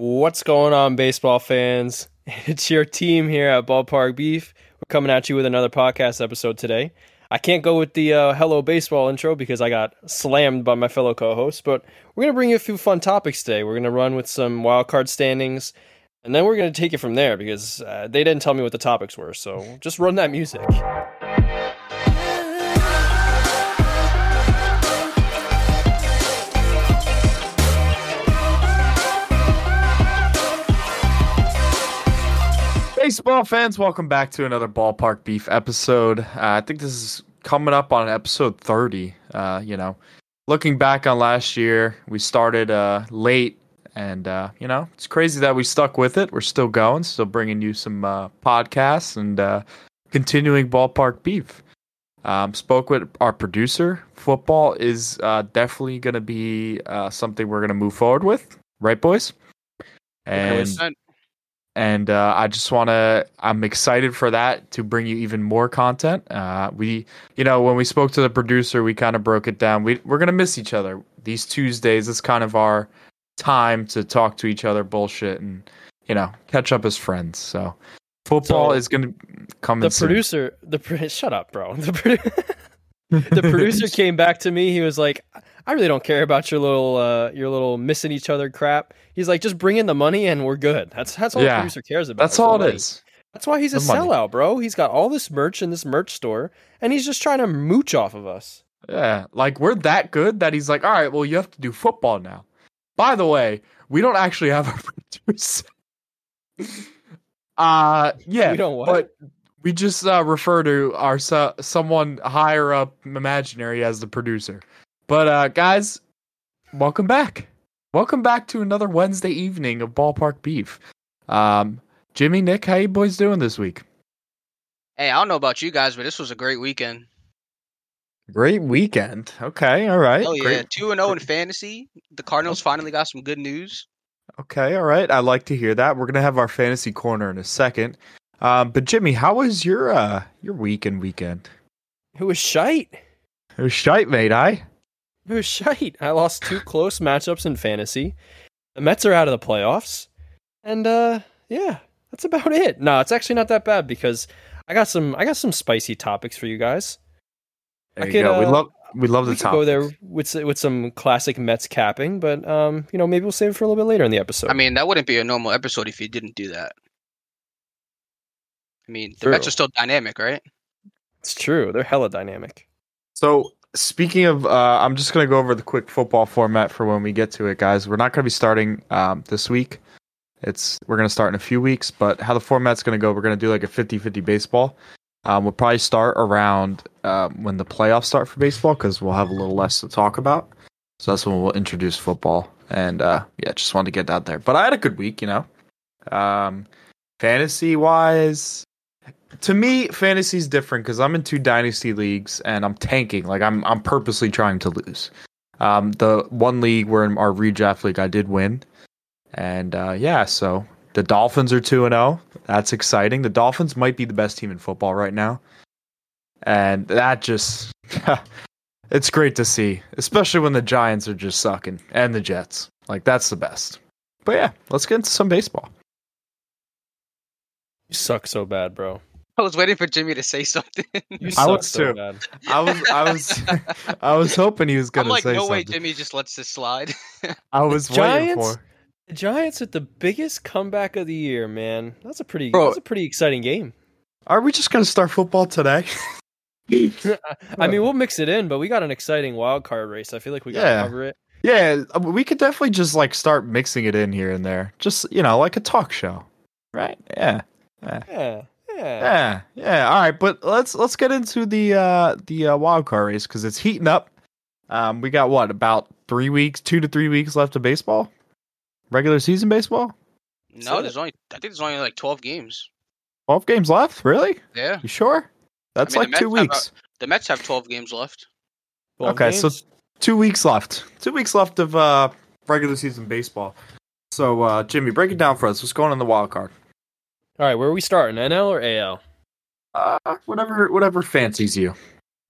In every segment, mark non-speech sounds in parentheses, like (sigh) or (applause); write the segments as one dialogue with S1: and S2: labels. S1: What's going on, baseball fans? (laughs) It's your team here at Ballpark Beef. We're coming at you with another podcast episode today. I can't go with the uh, hello baseball intro because I got slammed by my fellow co-hosts, but we're going to bring you a few fun topics today. We're going to run with some wild card standings, and then we're going to take it from there because uh, they didn't tell me what the topics were. So just run that music.
S2: Baseball fans, welcome back to another Ballpark Beef episode. Uh, I think this is coming up on episode 30. Uh, you know, looking back on last year, we started uh, late, and, uh, you know, it's crazy that we stuck with it. We're still going, still bringing you some uh, podcasts and uh, continuing Ballpark Beef. Um, spoke with our producer. Football is uh, definitely going to be uh, something we're going to move forward with, right, boys? And and uh, I just want to. I'm excited for that to bring you even more content. Uh, we, you know, when we spoke to the producer, we kind of broke it down. We we're gonna miss each other these Tuesdays. It's kind of our time to talk to each other, bullshit, and you know, catch up as friends. So football
S1: So,
S2: is gonna come.
S1: the
S2: in soon.
S1: producer the pro- (laughs) shut up bro the, pro- (laughs) the
S2: (laughs)
S1: producer came back to me he was like i really don't care about your little uh your little missing each other crap he's like just bring in the money and we're good that's that's all the
S2: Yeah.
S1: producer cares about
S2: That's
S1: the
S2: all
S1: money.
S2: it is.
S1: that's why he's a
S2: The money.
S1: sellout bro he's got all this merch in this merch store and he's just trying to mooch off of us
S2: Yeah, like we're that good that he's like, all right, well, you have to do football now. By the way, we don't actually have a (laughs) producer. uh yeah,
S1: we don't what
S2: but we just uh, refer to our so- someone higher up imaginary as the producer. But uh guys, welcome back. Welcome back to another Wednesday evening of Ballpark Beef. Um, Jimmy, Nick, how you boys doing this week?
S3: Hey, I don't know about you guys, but this was a great weekend.
S2: Great weekend. Okay, all right.
S3: Oh yeah, two and zero in fantasy. The Cardinals finally got some good news.
S2: Okay, all right. I like to hear that. We're gonna have our fantasy corner in a second. Um, but Jimmy, how was your uh your week and weekend?
S1: it was shite
S2: It was shite, mate. I
S1: It was shite. I lost two close matchups in fantasy. The Mets are out of the playoffs. And uh yeah, that's about it. No, it's actually not that bad because I got some I got some spicy topics for you guys.
S2: there
S1: I
S2: you
S1: could,
S2: go. we
S1: uh,
S2: love we love the
S1: we could
S2: top.
S1: go there with s- with some classic Mets capping, but um, you know, maybe we'll save it for a little bit later in the episode.
S3: I mean, that wouldn't be a normal episode if you didn't do that. I mean, the Mets
S1: True.
S3: are still dynamic, right? (laughs)
S1: it's true. They're hella dynamic.
S2: So speaking of, uh, I'm just gonna go over the quick football format for when we get to it, guys. We're not gonna be starting um, this week. It's we're gonna start in a few weeks, but how the format's gonna go? We're gonna do like a 50-50 baseball. Um, we'll probably start around um, when the playoffs start for baseball because we'll have a little less to talk about. So that's when we'll introduce football. And uh, yeah, just wanted to get that out there. But I had a good week, you know. Um, fantasy wise, to me, fantasy's different because I'm in two dynasty leagues and I'm tanking. Like I'm I'm purposely trying to lose. Um, the one league where in our redraft league I did win, and uh, yeah, so the Dolphins are two and zero. That's exciting. The Dolphins might be the best team in football right now, and that just (laughs) it's great to see, especially when the Giants are just sucking and the Jets. Like that's the best. But yeah, let's get into some baseball.
S1: You suck so bad,
S2: (laughs)
S1: bro.
S3: I was waiting for Jimmy to say something.
S1: You
S2: I
S1: suck
S2: was
S1: so
S2: too.
S1: bad.
S2: I was I
S3: (laughs)
S2: was (laughs) I was hoping he was
S3: I'm
S2: gonna
S3: like,
S2: say
S3: no way,
S2: something.
S3: Jimmy just lets this slide. (laughs)
S2: I was waiting
S1: Giants?
S2: for.
S1: The Giants with the biggest comeback of the year, man. That's a pretty
S2: Bro.
S1: that's a pretty exciting game.
S2: Are we just gonna start football today?
S1: I mean, we'll mix it in, but we got an exciting wild card race. I feel like we got to
S2: Yeah.
S1: cover it.
S2: (laughs) yeah, uh, we could definitely just like start mixing it in here and there. Just you know, like a talk show, right? Yeah,
S1: Yeah, yeah.
S2: yeah, yeah. All right, but let's let's get into the uh the uh, wild card race because it's heating up. Um, we got what about three weeks, two to three weeks left of baseball, regular season baseball.
S3: no,
S1: Said
S3: there's
S1: it.
S3: only I think there's only like 12 games.
S2: Twelve games left, really?
S3: Yeah,
S2: You sure? That's
S3: mean, the
S2: like two
S3: Mets have a-
S2: weeks.
S3: the Mets have 12 games left.
S1: Twelve
S2: okay, so-
S1: games.
S2: two weeks left. Two weeks left of uh, regular season baseball. So, uh, Jimmy, break it down for us. What's going on in the wild card?
S1: all right, where are we starting? NL or AL?
S2: Uh, whatever, whatever fancies you.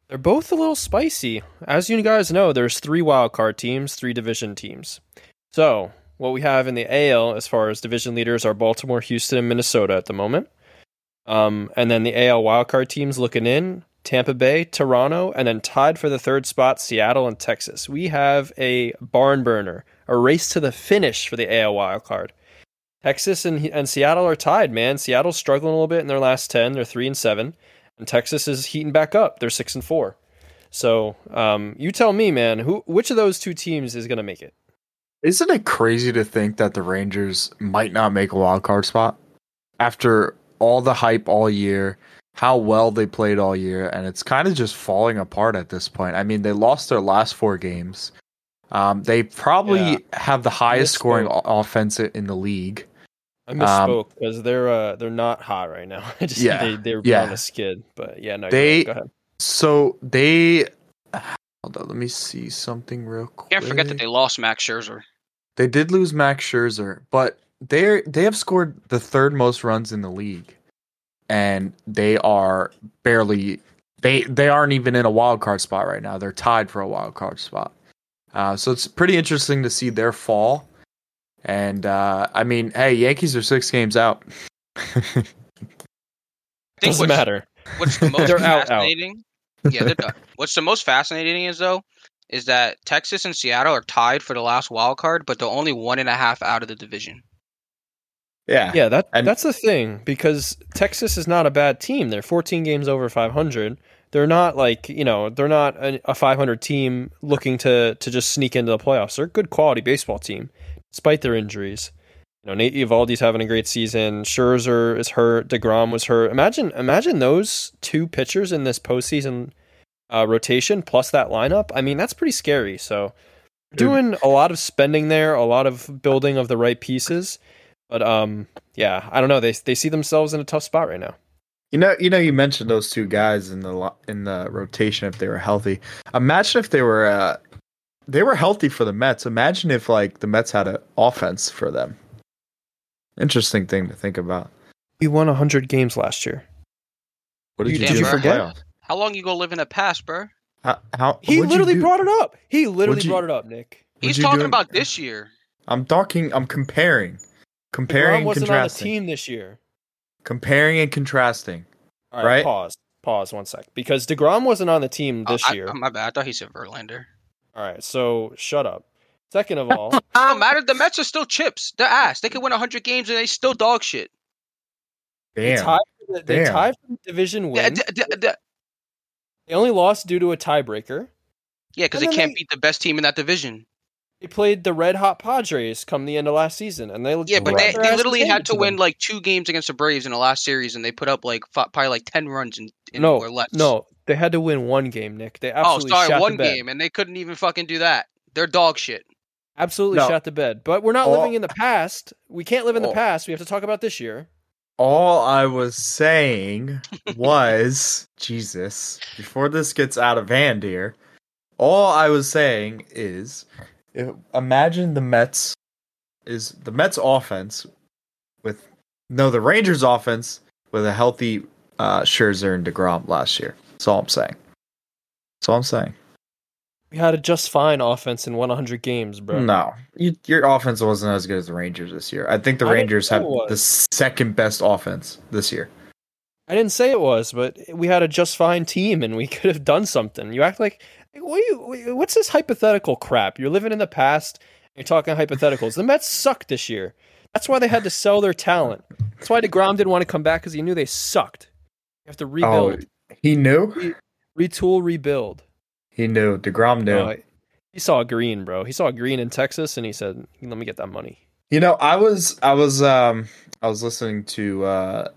S1: They're both a little spicy. As you guys know, there's three wild card teams, three division teams. So what we have in the AL as far as division leaders are Baltimore, Houston, and Minnesota at the moment. Um, and then the AL wildcard teams looking in Tampa Bay, Toronto, and then tied for the third spot, Seattle and Texas. We have a barn burner, a race to the finish for the AL wildcard. Texas and, and Seattle are tied, man. Seattle's struggling a little bit in their last 10. They're 3 and 7. And Texas is heating back up. They're 6 and 4. So um, you tell me, man, who which of those two teams is going to make it?
S2: Isn't it crazy to think that the Rangers might not make a wild card spot after all the hype all year, how well they played all year, and it's kind of just falling apart at this point. I mean, they lost their last four games. Um, they probably
S1: Yeah.
S2: have the highest
S1: Misspoke.
S2: scoring o- offense in the league.
S1: I
S2: Um,
S1: misspoke because they're uh, they're not hot right now. (laughs) I just
S2: Yeah,
S1: they they're
S2: yeah.
S1: on a skid, but yeah, no, you're
S2: They-
S1: right. go ahead.
S2: So they. Hold on, let me see something real quick.
S3: Can't forget that they lost Max Scherzer.
S2: They did lose Max Scherzer, but they they have scored the third most runs in the league, and they are barely they they aren't even in a wild card spot right now. They're tied for a wild card spot, uh, so it's pretty interesting to see their fall. And uh, I mean, hey, Yankees are six games out. (laughs)
S3: I think
S1: Doesn't
S3: what's-
S1: matter.
S3: What's the most
S1: They're out, out.
S3: fascinating? Yeah,
S1: (laughs)
S3: they're done. What's the most fascinating is though, is that Texas and Seattle are tied for the last wild card, but they're only one and a half out of the division.
S1: Yeah, that
S2: And-
S1: that's the thing because Texas is not a bad team. They're 14 games over 500. They're not like you know they're not a, a 500 team looking to to just sneak into the playoffs. They're a good quality baseball team despite their injuries. You know Nate Evaldi's having a great season. Scherzer is hurt. Degrom was hurt. Imagine imagine those two pitchers in this postseason uh, rotation plus that lineup. I mean that's pretty scary. So doing a lot of spending there, a lot of building of the right pieces. But um, yeah, I don't know. They they see themselves in a tough spot right now.
S2: You know, you know, you mentioned those two guys in the lo- in the rotation if they were healthy. Imagine if they were uh, they were healthy for the Mets. Imagine if like the Mets had an offense for them. Interesting thing to think about.
S1: We won hundred games last year.
S2: What
S1: You-
S2: did you,
S3: did
S2: do
S3: you
S2: in the
S1: forget?
S2: playoffs?
S3: How long you gonna live in a past, bro?
S2: How, how
S1: He
S2: what'd you
S1: literally
S2: do?
S1: brought it up. He literally
S2: What'd you-
S1: brought it up, Nick.
S3: He's
S2: you
S3: talking
S2: doing-
S3: about this year.
S2: I'm talking. I'm comparing,
S1: Ron
S2: comparing,
S1: wasn't on the
S2: contrasting,
S1: team this year.
S2: comparing and contrasting.
S1: All right,
S2: Right?
S1: pause. Pause one sec because Degrom wasn't on the team
S3: Oh,
S1: this
S3: I-
S1: year.
S3: I, my bad. I thought he said Verlander.
S1: All right, so shut up. Second
S2: (laughs)
S1: of all,
S3: It don't matter. The Mets are still chips. They're ass. They could win 100 games and they still dog shit.
S1: they
S2: Damn,
S1: tied for the, they
S2: Damn.
S1: tied for the division
S3: Yeah,
S1: win.
S3: d- d- d-
S1: They only lost due to a tiebreaker.
S3: yeah, because
S1: And
S3: they
S1: then
S3: can't
S1: they-
S3: beat the best team in that division.
S1: They played the red hot Padres come the end of last season, and they
S3: Yeah, but
S1: ran
S3: they,
S2: Right.
S1: their
S3: they
S1: ass
S3: literally
S1: handed
S3: had to
S1: them.
S3: win like two games against the Braves in the last series, and they put up like fi- probably like 10 runs in, in
S1: No,
S3: or less.
S1: No, they had to win one game, Nick. They
S3: Oh,
S1: absolutely
S3: sorry,
S1: shat
S3: one
S1: the bed.
S3: game, and they couldn't even fucking do that. They're dog shit.
S1: Absolutely
S2: No. oh.
S1: shot the bed. But we're not
S2: All-
S1: living in the past. We can't live in the
S2: All-
S1: past. We have to talk about this year.
S2: All I was saying was, (laughs) Jesus, before this gets out of hand here, all I was saying is i- imagine the Mets is the Mets offense with no the Rangers offense with a healthy uh Scherzer and DeGrom last year. That's all I'm saying. That's all I'm saying.
S1: We had a just fine offense and won 100 games, bro.
S2: No. You, your offense wasn't as good as the Rangers this year. I think the
S1: I didn't
S2: Rangers
S1: know
S2: have
S1: it
S2: the second best offense this year.
S1: I didn't say it was, but we had a just fine team and we (laughs) could have done something. You act like, what do you, what's this hypothetical crap? You're living in the past. You're talking hypotheticals. The Mets sucked this year. That's why they had to sell their talent. That's why DeGrom didn't want to come back because he knew they sucked. You have to rebuild,
S2: Oh, he knew? Oh.
S1: retool, rebuild.
S2: He knew. Degrom knew.
S1: No, he saw green, bro. He saw green in Texas, and he said, "Let me get that money."
S2: you know, I was, I was, um, I was listening to, uh,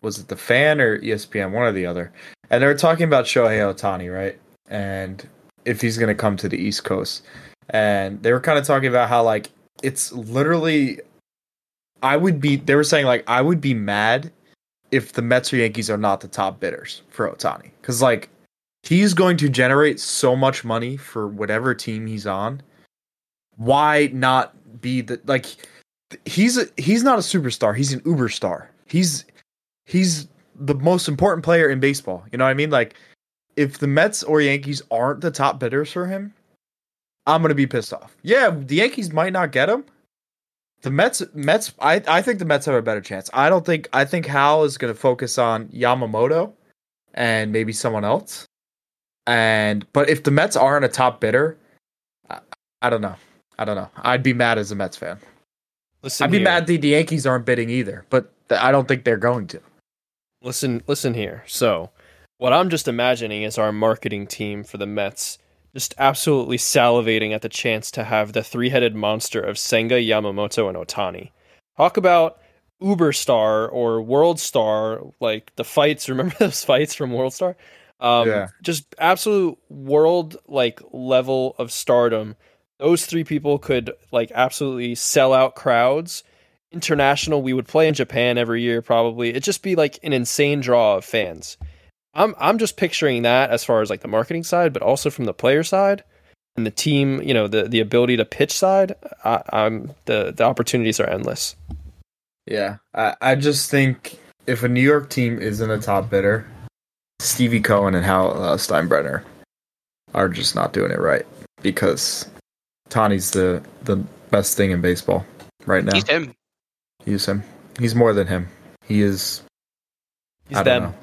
S2: was it the fan or E ESPN, one or the other, and they were talking about Shohei Otani, right? And if he's going to come to the East Coast, and they were kind of talking about how like it's literally, I would be, they were saying like I would be mad if the Mets or Yankees are not the top bidders for Otani, because like he's going to generate so much money for whatever team he's on why not be the like he's a, he's not a superstar he's an uber star he's he's the most important player in baseball you know what i mean like if the mets or yankees aren't the top bidders for him i'm gonna be pissed off yeah the yankees might not get him The Mets, Mets. I, I think the Mets have a better chance. I don't think. I think Hal is going to focus on Yamamoto, and maybe someone else. And but if the Mets aren't a top bidder, I, I don't know. I don't know. I'd be mad as a Mets fan.
S1: Listen,
S2: I'd be
S1: here.
S2: mad that the Yankees aren't bidding either. But th- I don't think they're going to.
S1: Listen, listen here. So, what I'm just imagining is our marketing team for the Mets just absolutely salivating at the chance to have the three-headed monster of Senga, Yamamoto, and Otani. Talk about uber star or world star, like the fights. (laughs) Remember those fights from World Star? Um,
S2: Yeah.
S1: Just absolute world like level of stardom. Those three people could like absolutely sell out crowds international. We would play in Japan every year, probably. It'd just be like an insane draw of fans. I'm I'm just picturing that as far as like the marketing side, but also from the player side and the team. You know, the the ability to pitch side. I, I'm the the opportunities are endless.
S2: Yeah, I, I just think if a New York team isn't a top bidder, Stevie Cohen and Hal uh, Steinbrenner are just not doing it right because Tani's the the best thing in baseball right now.
S3: He's him.
S2: Use him. He's more than him. He is.
S1: He's
S2: I don't
S1: them
S2: know.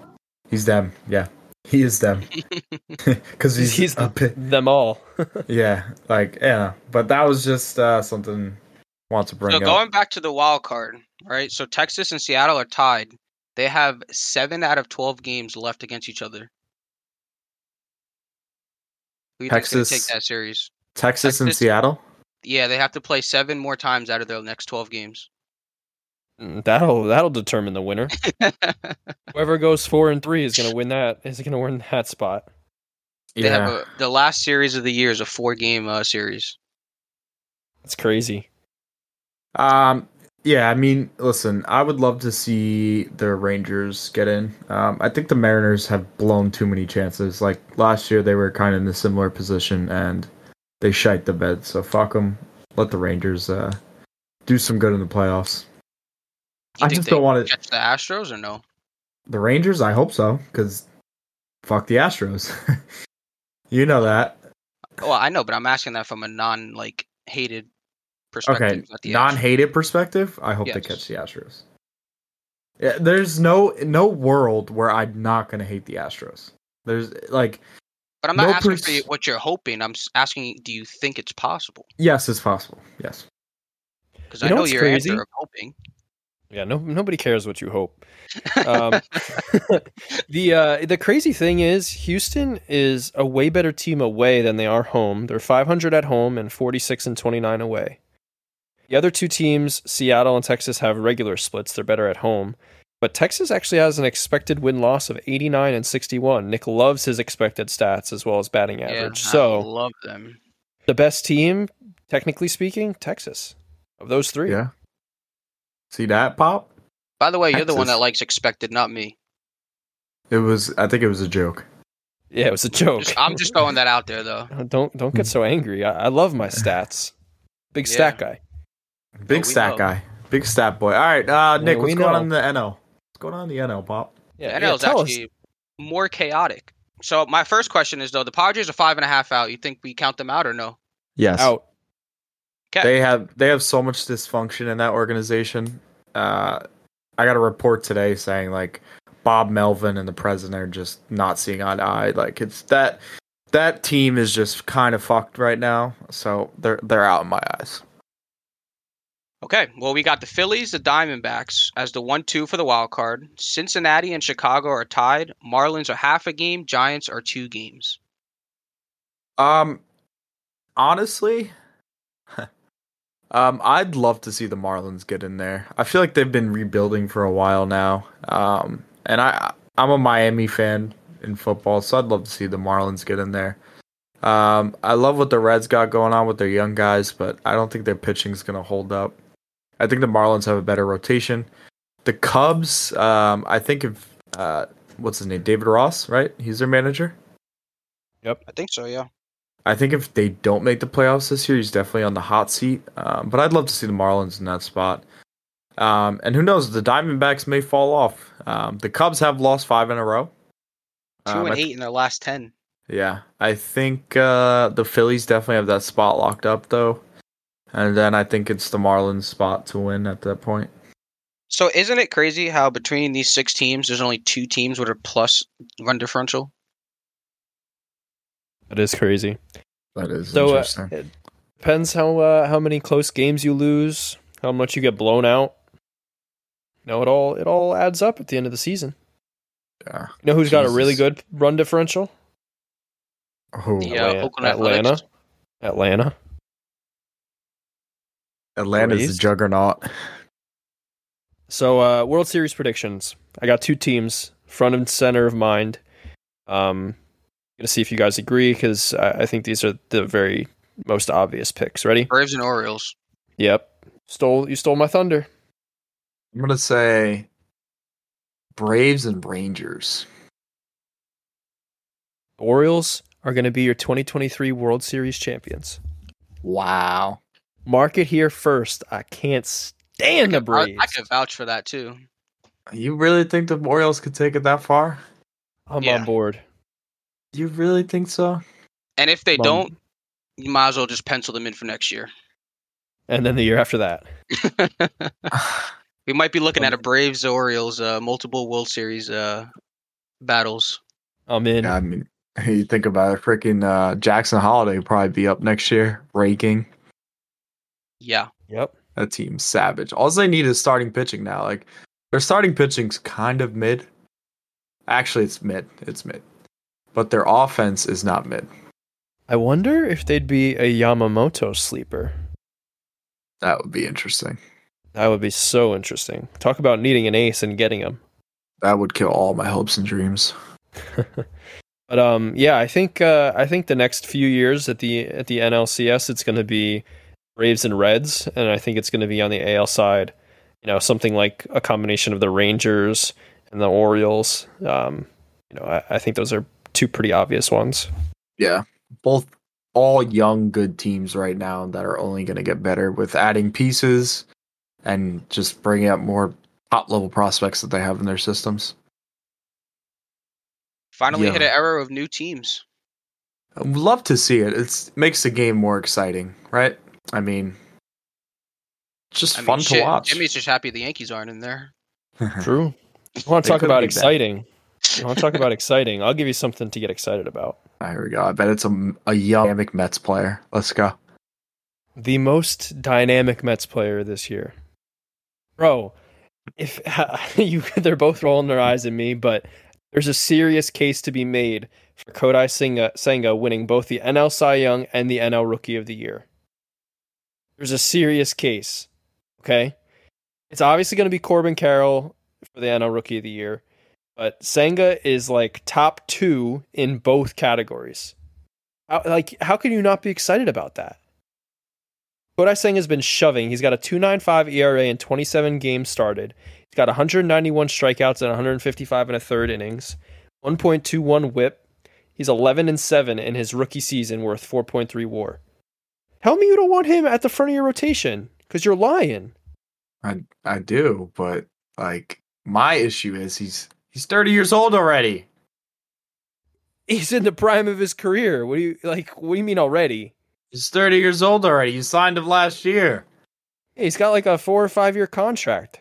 S2: He's them. Yeah, he is
S3: (laughs)
S2: them (laughs) because he's,
S1: He's
S2: a pi-
S1: them all.
S2: yeah, like yeah. But that was just uh, something I want to bring
S3: So
S2: up.
S3: going back to the wild card, right? So Texas and Seattle are tied. They have seven out of twelve games left against each other. Who you think's gonna
S2: Texas-
S3: take that series?
S2: Texas and
S3: Texas-
S2: Seattle.
S3: Yeah, they have to play seven more times out of their next twelve games. (laughs)
S1: Mm, that'll that'll determine the
S2: (laughs)
S1: winner.
S3: they
S1: Whoever goes four and three is gonna win that. Is gonna win that spot.
S3: have a, the last series of the year is a four-game uh, series.
S1: That's crazy.
S2: Um, yeah, I mean, listen, I would love to see the Rangers get in. Um, I think the Mariners have blown too many chances. Like last year, they were kind of in a similar position and they shite the bed. So fuck them. Let the Rangers uh, do some good in the playoffs.
S3: You
S2: I
S3: think
S2: just
S3: they
S2: don't want it.
S3: catch the Astros or no?
S2: The Rangers, I hope so, because fuck the Astros. (laughs) you know that.
S3: Well, I know, but I'm asking that from a non like hated perspective.
S2: Okay,
S3: not the Astros.
S2: non-hated perspective. I hope they
S3: Yes.
S2: catch the Astros. Yeah, there's no no world where I'm not gonna hate the Astros. There's like
S3: But I'm not
S2: No
S3: asking
S2: pers-
S3: for you what you're hoping. I'm s- asking, do you think it's possible?
S2: yes, it's possible. Yes,
S3: Because
S1: You
S3: I
S1: know
S3: know
S1: what's
S3: your
S1: crazy?
S3: answer of hoping.
S1: Yeah, no, nobody cares what you hope.
S3: (laughs)
S1: Um, (laughs) the uh, the crazy thing is, Houston is a way better team away than they are home. They're 500 at home and 46 and 29 away. The other two teams, Seattle and Texas, have regular splits. They're better at home, but Texas actually has an expected win loss of 89 and 61. Nick loves his expected stats as well as batting average.
S3: I
S1: so
S3: love them.
S1: the best team, technically speaking, Texas of those three.
S2: yeah. See that pop?
S3: By the way, you're the one
S2: Texas.
S3: that likes expected, not me.
S2: It was. I think it was a joke.
S1: Yeah, it was a joke.
S3: Just- I'm just throwing that out there, though.
S1: Uh, Don't don't get so angry. I, I love my stats. Big stat guy.
S2: Big
S3: But we
S2: stat
S3: know.
S2: guy. Big stat boy. All right, uh,
S1: Yeah,
S2: Nick, what's
S1: we
S2: going
S1: know.
S2: on in the NL? What's going on in the NL, pop?
S1: (laughs) Yeah,
S3: NL is
S1: tell us.
S3: actually more chaotic. So my first question is though, the Padres are five and a half out. You think we count them out or no?
S2: Yes.
S3: Oh,
S1: out.
S2: They have they have so much dysfunction in that organization. Uh, I got a report today saying like Bob Melvin and the president are just not seeing eye to eye. Like it's that that team is just kind of fucked right now. So they're they're out in my eyes.
S3: Okay. Well, we got the Phillies, the Diamondbacks as the one-two for the wild card. Cincinnati and Chicago are tied. Marlins are half a game. Giants are two games.
S2: Um, honestly, (laughs) um, I'd love to see the Marlins get in there. I feel like they've been rebuilding for a while now. Um, and I I'm a Miami fan in football, so I'd love to see the Marlins get in there. Um, I love what the Reds got going on with their young guys, but I don't think their pitching's gonna hold up. I think the Marlins have a better rotation. The Cubs, um, I think if uh, what's his name, David Ross, right? He's their manager.
S3: I think so. Yeah.
S2: I think if they don't make the playoffs this year, he's definitely on the hot seat. Um, but I'd love to see the Marlins in that spot. Um, and who knows? The Diamondbacks may fall off. Um, the Cubs have lost five in a row.
S3: Two
S2: Um, I
S3: and
S2: th-
S3: eight in their last ten.
S2: yeah, I think uh, the Phillies definitely have that spot locked up though. and then I think it's the Marlins' spot to win at that point.
S3: So isn't it crazy how between these six teams, there's only two teams with a plus run differential?
S1: That is crazy.
S2: That is
S1: So, uh,
S2: interesting.
S1: it depends how uh, how many close games you lose, how much you get blown out. You know, it all it all adds up at the end of the season.
S2: yeah.
S1: You know who's got a really
S2: Jesus.
S1: good run differential?
S2: Oh,
S3: Yeah,
S1: Atla-
S3: Oakland
S1: Atlanta.
S3: Athletics.
S1: Atlanta.
S2: Atlanta's
S1: Raised?
S2: the juggernaut.
S1: So uh, World Series predictions. I got two teams front and center of mind. Um, gonna see if you guys agree because I, I think these are the very most obvious picks. Ready?
S3: Braves and Orioles.
S1: Yep. Stole you stole my thunder.
S2: I'm gonna say Braves and Rangers.
S1: Orioles are gonna be your 2023 World Series champions.
S2: Wow.
S1: Mark it here first. I can't stand the
S3: I,
S1: Braves.
S3: I could vouch for that too.
S2: You really think the Orioles could take it that far?
S1: I'm
S3: Yeah.
S1: on board.
S2: You really think so?
S3: And if they
S1: Bum.
S3: don't, you might as well just pencil them in for next year. (laughs)
S1: And then the year after that.
S3: we might be looking at a
S1: Bum.
S3: Braves Orioles uh, multiple World Series uh, battles.
S1: I'm in.
S2: Yeah, I mean, you think about it, freaking uh, Jackson Holiday will probably be up next year, raking.
S3: Yeah,
S1: Yep.
S2: That team's savage. All they need is starting pitching now. Like their starting pitching's kind of mid. Actually, it's mid. It's mid. But their offense is not mid.
S1: I wonder if they'd be a Yamamoto sleeper.
S2: That would be interesting.
S1: That would be so interesting. Talk about needing an ace and getting him.
S2: That would kill all my hopes and dreams.
S1: But um, yeah, I think uh, I think the next few years at the at the NLCS, it's going to be Braves and Reds, and I think it's going to be on the AL side. You know, something like a combination of the Rangers and the Orioles. Um, you know, I, I think those are two pretty obvious ones.
S2: Yeah. Both all young good teams right now that are only going to get better with adding pieces and just bringing up more top level prospects that they have in their systems.
S3: finally
S2: Yeah.
S3: hit an era of new teams.
S2: I'd love to see it. It's makes the game more exciting, right? I mean, just
S3: I mean,
S2: fun to
S3: shit,
S2: watch.
S3: Jimmy's just happy the Yankees aren't in there.
S1: True. I want
S2: They
S1: to talk
S2: could
S1: about
S2: be bad.
S1: exciting. I want to
S2: (laughs)
S1: talk about exciting. I'll give you something to get excited about.
S2: Ah, here we go. I bet it's a, a young dynamic Mets player. Let's go.
S1: the most dynamic Mets player this year. Bro, if (laughs) you they're both rolling their eyes at me, but there's a serious case to be made for Kodai Senga, Senga winning both the NL Cy Young and the NL Rookie of the Year. There's a serious case. Okay? It's obviously going to be Corbin Carroll for the NL Rookie of the Year, but Senga is like top 2 in both categories. How, like how can you not be excited about that? Kodai Senga's been shoving. He's got a 2.95 ERA E in 27 games started. He's got 191 strikeouts and 155 and a third innings, 1.21 WHIP. He's 11 and 7 in his rookie season, worth 4.3 WAR. Tell me you don't want him at the front of your rotation, because you're lying.
S2: I I do, but like my issue is he's he's 30 years old already.
S1: He's in the prime of his career. What do you like? What do you mean already?
S2: He's 30 years old already. You signed him last year.
S1: Hey, He's got like a four or five year contract.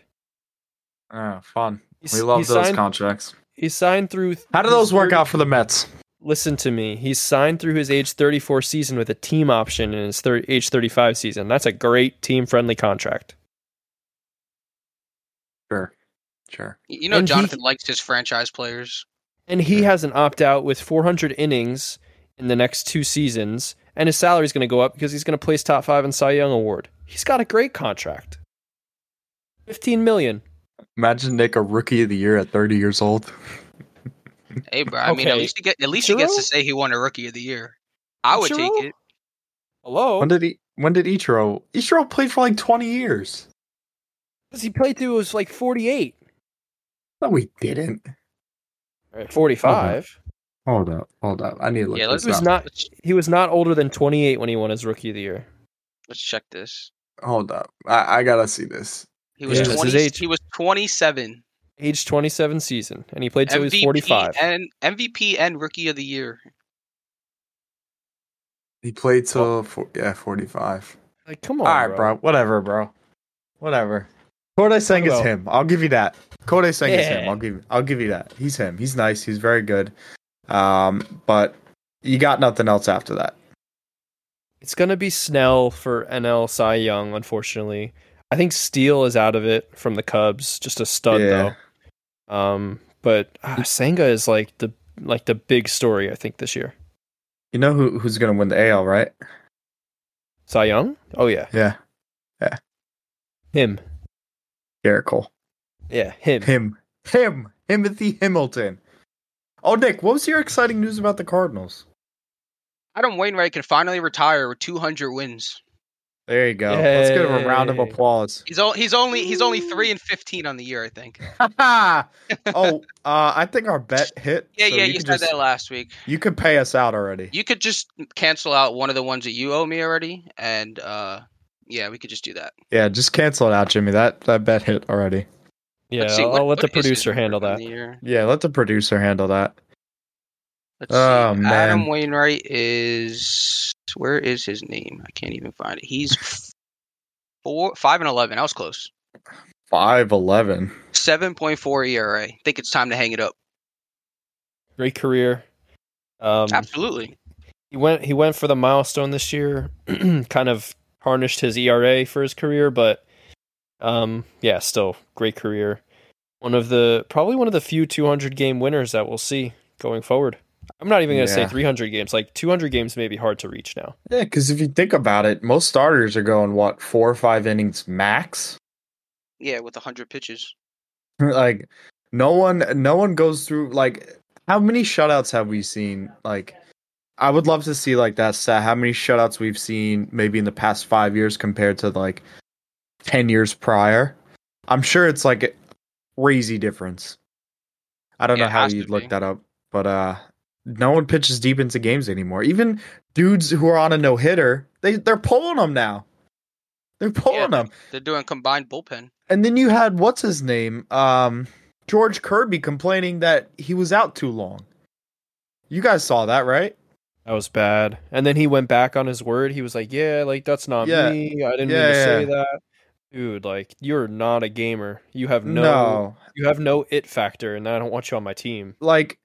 S2: Oh, fun.
S1: He's,
S2: We love
S1: he's
S2: those
S1: signed,
S2: contracts.
S1: He's signed through.
S2: How do those work out for the Mets?
S1: Listen to me. He's signed through his age 34 season with a team option in his thir- age 35 season. That's a great team friendly contract.
S2: Sure. Sure.
S3: Y- You know,
S1: And he-
S3: Jonathan likes his franchise players.
S1: And he
S2: Sure.
S1: has an opt out with 400 innings in the next two seasons, and his salary's going to go up because he's going to place top five in Cy Young Award. He's got a great contract. 15 million.
S2: Imagine Nick a rookie of the year at 30 years old.
S3: Hey, bro. I mean, at
S1: Okay.
S3: least he get at least he gets to
S1: Ichiro?
S3: say he won a Rookie of the Year. I would
S1: Ichiro?
S3: take it.
S1: Hello?
S2: When did he when did Ichiro Ichiro played for like 20 years?
S1: Because he played through was like 48.
S2: No, we didn't.
S1: 45.
S2: Hold up. Hold up. I need to look
S3: Yeah,
S2: this
S3: let's-
S1: He was
S2: up.
S1: not
S3: Let's,
S1: he was not older than 28 when he won his rookie of the year.
S3: let's check this.
S2: Hold up. I, I gotta see this.
S3: He was
S2: Yeah, that's
S3: twenty.
S1: his age.
S3: He was twenty-seven.
S1: Age 27 season and he played till he was
S3: MVP
S1: 45.
S3: and MVP and Rookie of the Year.
S2: Oh. He played till four, yeah 45.
S1: Like, come on,
S2: All right, bro. Whatever, bro. Whatever. Kodai Seng is
S1: Well.
S2: him. I'll give you that. Kodai Seng is him.
S1: Yeah.
S2: I'll give. I'll give you that. He's him. He's nice. He's very good. Um, but you got nothing else after that.
S1: It's gonna be Snell for NL Cy Young, unfortunately. I think Steele is out of it from the Cubs, just a stud
S2: Yeah.
S1: though. Um, but uh, Senga is like the like the big story I think this year.
S2: You know who who's gonna win the AL, right?
S1: Cy Young? Oh yeah,
S2: Yeah,
S1: him.
S2: Garrett Cole.
S1: Yeah,
S3: (laughs)
S1: him.
S2: Him. Him. Timothy Hamilton. Oh, Nick, what was your exciting news about the Cardinals?
S3: Adam Wainwright can finally retire with 200 wins.
S2: There you go. Let's give him a round of
S1: Yay.
S3: (laughs)
S2: applause. (laughs)
S3: He's o- he's only he's only three and 15 on the year, I think.
S2: oh, uh, I think our bet hit.
S3: Yeah,
S2: so
S3: yeah, you,
S2: can
S3: said
S2: just-
S3: that last week.
S2: You could pay us out already.
S3: You could just cancel out one of the ones that you owe me already, and uh, yeah, we could just do that.
S2: Yeah, just cancel it out, Jimmy. That that bet hit already.
S1: Yeah,
S3: Let's see,
S1: I'll,
S3: what-
S1: I'll let the
S3: what is his
S1: producer
S3: record
S1: handle
S3: on
S1: that.
S3: the year?
S2: Yeah, let the producer handle that.
S3: Let's
S2: Oh,
S3: see. Adam
S2: man.
S3: Wainwright is where is his name? I can't even find it. He's four, five and eleven. I was close.
S2: Five eleven.
S3: Seven point four ERA. I think it's time to hang it up.
S1: Great career. Um,
S3: Absolutely.
S1: he went he went for the milestone this year, (clears throat) kind of tarnished his ERA for his career, but um yeah, still great career. One of the probably one of the few 200 game winners that we'll see going forward. I'm not even going to say
S2: Yeah.
S1: 300 games. Like 200 games may be hard to reach now.
S2: Yeah, because if you think about it, most starters are going what four or five innings max.
S3: Yeah, with hundred pitches.
S2: (laughs) like no one no one goes through like how many shutouts have we seen like i would love to see like that stat how many shutouts we've seen maybe in the past five years compared to like 10 years prior i'm sure it's like a crazy difference i don't
S3: Yeah,
S2: know
S3: it
S2: how
S3: has to
S2: you'd
S3: be.
S2: look that up but uh no one pitches deep into games anymore even dudes who are on a no-hitter they, they're pulling them now they're pulling
S3: Yeah.
S2: them
S3: They're doing combined bullpen.
S2: and then you had what's his name? Um George Kirby complaining that he was out too long. You guys saw that, right?
S1: That was bad. And then he went back on his word. He was like, "Yeah, like that's not
S2: Yeah.
S1: me. I didn't
S2: Yeah,
S1: mean to say
S2: yeah.
S1: that." Dude, like you're not a gamer. You have no,
S2: no.
S1: you have no it factor and I don't want you on my team.
S2: Like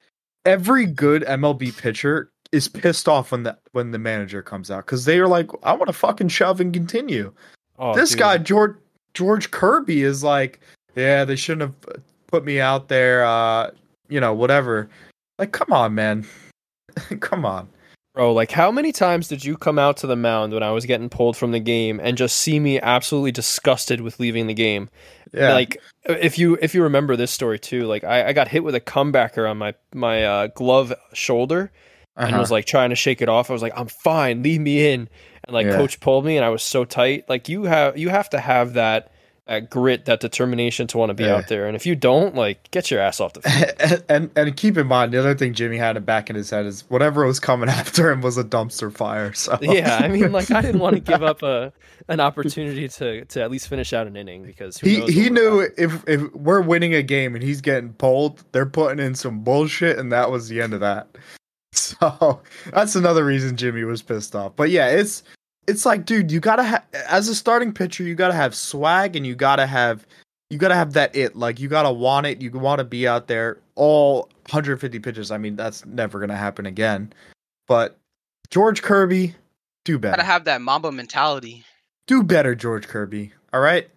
S2: every good MLB pitcher is pissed off when the when the manager comes out cuz they are like I want to fucking shove and continue.
S1: Oh,
S2: this
S1: dude.
S2: guy George George Kirby is like, yeah, they shouldn't have put me out there. Uh, you know, whatever. Like, come on, man. (laughs) come on.
S1: Bro, like how many times did you come out to the mound when I was getting pulled from the game and just see me absolutely disgusted with leaving the game?
S2: Yeah.
S1: Like if you if you remember this story too, like I, I got hit with a comebacker on my my uh, glove shoulder and
S2: Uh-huh.
S1: was like trying to shake it off. I was like, I'm fine, leave me in. And like
S2: Yeah.
S1: coach pulled me and I was so tight. Like you have you have to have that that grit, that determination to want to be
S2: Yeah.
S1: out there. And if you don't, like get your ass off the field.
S2: (laughs) and, and and keep in mind the other thing Jimmy had in back in his head is whatever was coming (laughs) after him was a dumpster fire. So
S1: (laughs) yeah, I mean, like I didn't want to give up a an opportunity to to at least finish out an inning because who
S2: he
S1: knows
S2: he
S1: what
S2: knew
S1: would
S2: if if we're winning a game and he's getting pulled, they're putting in some bullshit, and that was the end of that. (laughs) So that's another reason Jimmy was pissed off. But yeah, it's it's like, dude, you gotta ha- as a starting pitcher, you gotta have swag, and you gotta have you gotta have that it. Like you gotta want it. You want to be out there all 150 pitches. I mean, that's never gonna happen again. But George Kirby, do better.
S3: Gotta have that Mamba mentality.
S2: do better, George Kirby. All right.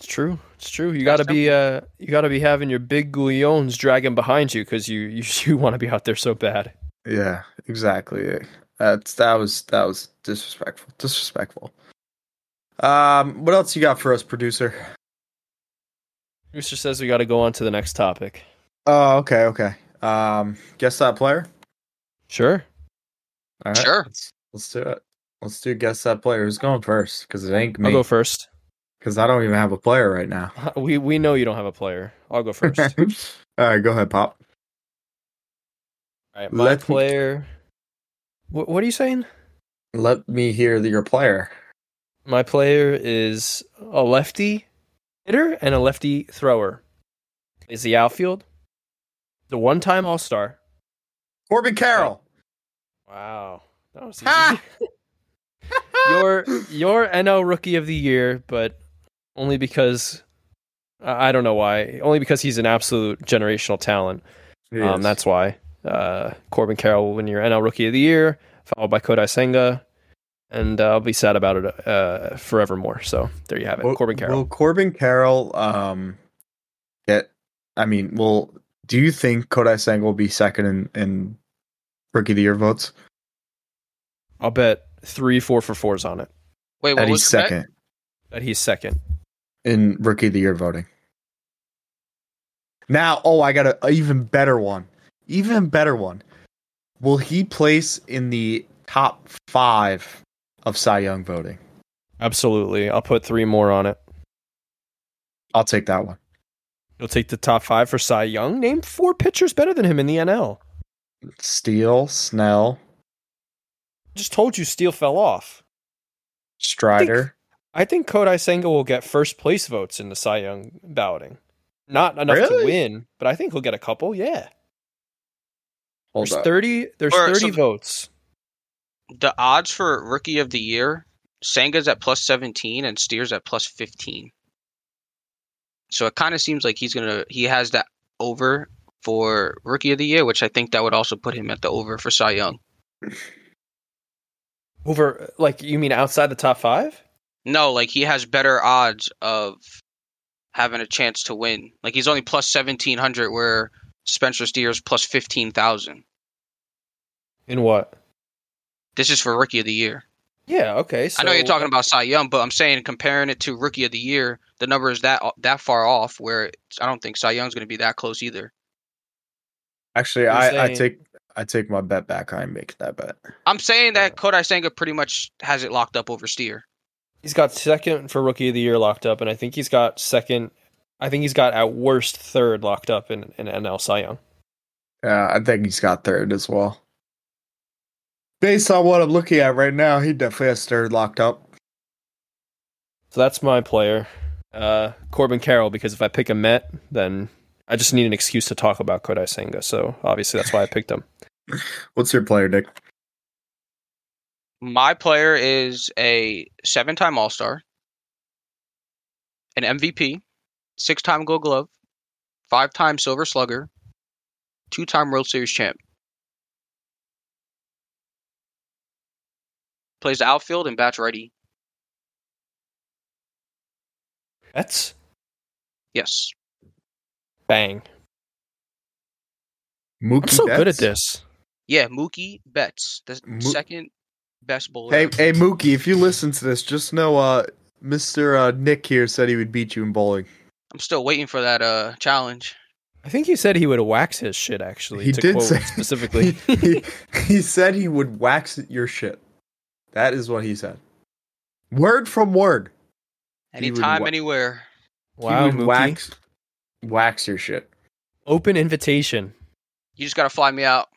S1: It's true. It's true. You
S3: Gotta
S1: gotta be uh you gotta be having your big gouillons dragging behind you because you (laughs) you, you want to be out there so bad.
S2: Yeah, exactly. That's that was that was disrespectful. Disrespectful. Um, what else you got for us, producer?
S1: Rooster says we got to go on to the next topic.
S2: Oh, okay, okay. Um, guess that player.
S1: Sure.
S2: All
S3: Sure.
S2: Let's, let's do it. Let's do guess that player. Who's going first? Because it ain't
S1: I'll
S2: me.
S1: go first. (laughs)
S2: Because I don't even have a player right now.
S1: We we know you don't have a player. I'll go
S2: (laughs)
S1: first. All
S2: All right, go ahead, Pop.
S1: right, my
S2: Let me-
S1: player. What what are you saying?
S2: Let me hear the, your player.
S1: My player is a lefty hitter and a lefty thrower. Is the outfield, the one-time All Star.
S2: Corbin Carroll.
S1: Wow. That was easy.
S2: (laughs) Ha!
S1: your your NL Rookie of the Year, but only because I I don't know why. Only because he's an absolute generational talent.
S2: He
S1: Um,
S2: is.
S1: that's why uh, Corbin Carroll will win your NL Rookie of the Year, followed by Kodai Senga, and uh, I'll be sad about it uh, forevermore. So there you have it,
S2: Will-
S1: Corbin Carroll.
S2: Will Corbin Carroll um get I mean, will do you think Kodai Sang will be second in, in rookie of the year votes?
S1: I'll bet three four for fours on it
S3: Wait,
S2: That
S3: what
S2: he's
S3: was your bet?
S2: second
S1: that he's second.
S2: in rookie of the year voting. Now, oh, I got a, a even better one. Even better one. Will he place in the top five of Cy Young voting?
S1: Absolutely, I'll put three more on it.
S2: I'll take that one.
S1: You'll take the top five for Cy Young. Name four pitchers better than him in the NL.
S2: Steele, Snell,
S1: Just told you Steele fell off.
S2: Strider.
S1: I think Kodai Senga will get first place votes in the Cy Young balloting. Not enough to
S2: Really?
S1: win, but I think he'll get a couple. Yeah,
S2: Hold
S1: there's
S2: up.
S1: thirty. There's
S3: Or
S1: thirty
S3: some-
S1: votes.
S3: The odds for rookie of the year, Sanga's at plus 17 and Steers at plus 15. So it kind of seems like he's going to he has that over for rookie of the year, which I think that would also put him at the over for Cy Young.
S1: Over, like you mean outside the top five?
S3: No, like he has better odds of having a chance to win. Like he's only plus 1700 where Spencer Steers plus 15,000.
S1: In what?
S3: This is for rookie of the year.
S1: Yeah. Okay. So
S3: I know you're talking about Cy Young, but I'm saying comparing it to Rookie of the Year, the number is that that far off. Where it's, I don't think Cy Young's going to be that close either.
S2: Actually,
S1: You're
S2: I, I
S1: saying-
S2: take I take my bet back. I make that bet.
S3: I'm saying that Kodai Senga pretty much has it locked up over Steer.
S1: he's got second for rookie of the year locked up, and I think he's got second. I think he's got at worst third locked up in, in NL Cy Young.
S2: Yeah, I think he's got third as well. Based on what I'm looking at right now, he definitely has third locked up.
S1: So that's my player, uh, Corbin Carroll. Because if I pick a Met, then I just need an excuse to talk about Kodai Senga. So obviously that's why I picked him.
S2: What's your player, Nick?
S3: My player is a seven-time All-Star, an MVP, six-time Gold Glove, five-time Silver Slugger, two-time World Series champ. Plays the outfield and bats righty.
S1: Mets,
S3: Yes.
S1: bang.
S2: Mookie
S1: I'm so good at
S2: Betts?
S1: this.
S3: Yeah, Mookie Betts, the
S2: Mo-
S3: second best bowler.
S2: Hey, hey, Mookie, if you listen to this, just know, uh, Mister uh, Nick here said he would beat you in bowling.
S3: I'm still waiting for that uh challenge.
S1: I think he said he would wax his shit. Actually,
S2: he
S1: to
S2: did
S1: quote
S2: say (laughs)
S1: specifically.
S2: he, he, he said he would wax your shit. That is what he said. Word from word. He would
S3: Anytime,
S2: wa-
S3: anywhere.
S1: wow,
S2: he would
S1: Mookie.
S2: wax, wax your shit.
S1: Open invitation
S3: You just gotta fly me out.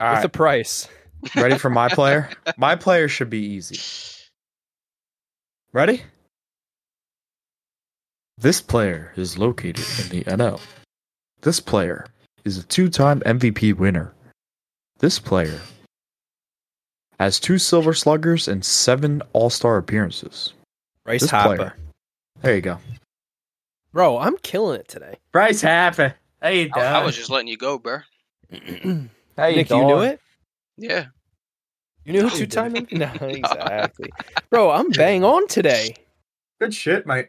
S2: All
S1: with
S2: right.
S1: a price.
S2: Ready for my player? My player should be easy. Ready? This player is located in the NL. This player is a two time MVP winner. This player has two Silver Sluggers and seven All Star appearances.
S1: Bryce
S2: This
S1: Harper.
S2: player. There you go.
S1: Bro, I'm killing it today.
S2: Bryce Happy. Hey, you
S3: I, I was just letting you go, bro.
S1: Nick, you knew it?
S3: Yeah.
S1: You knew
S3: (laughs) No,
S1: who two
S3: you
S1: time?
S3: didn't.
S1: (laughs) No, exactly. Bro,
S3: (laughs)
S1: I'm bang on today.
S2: Good shit, mate.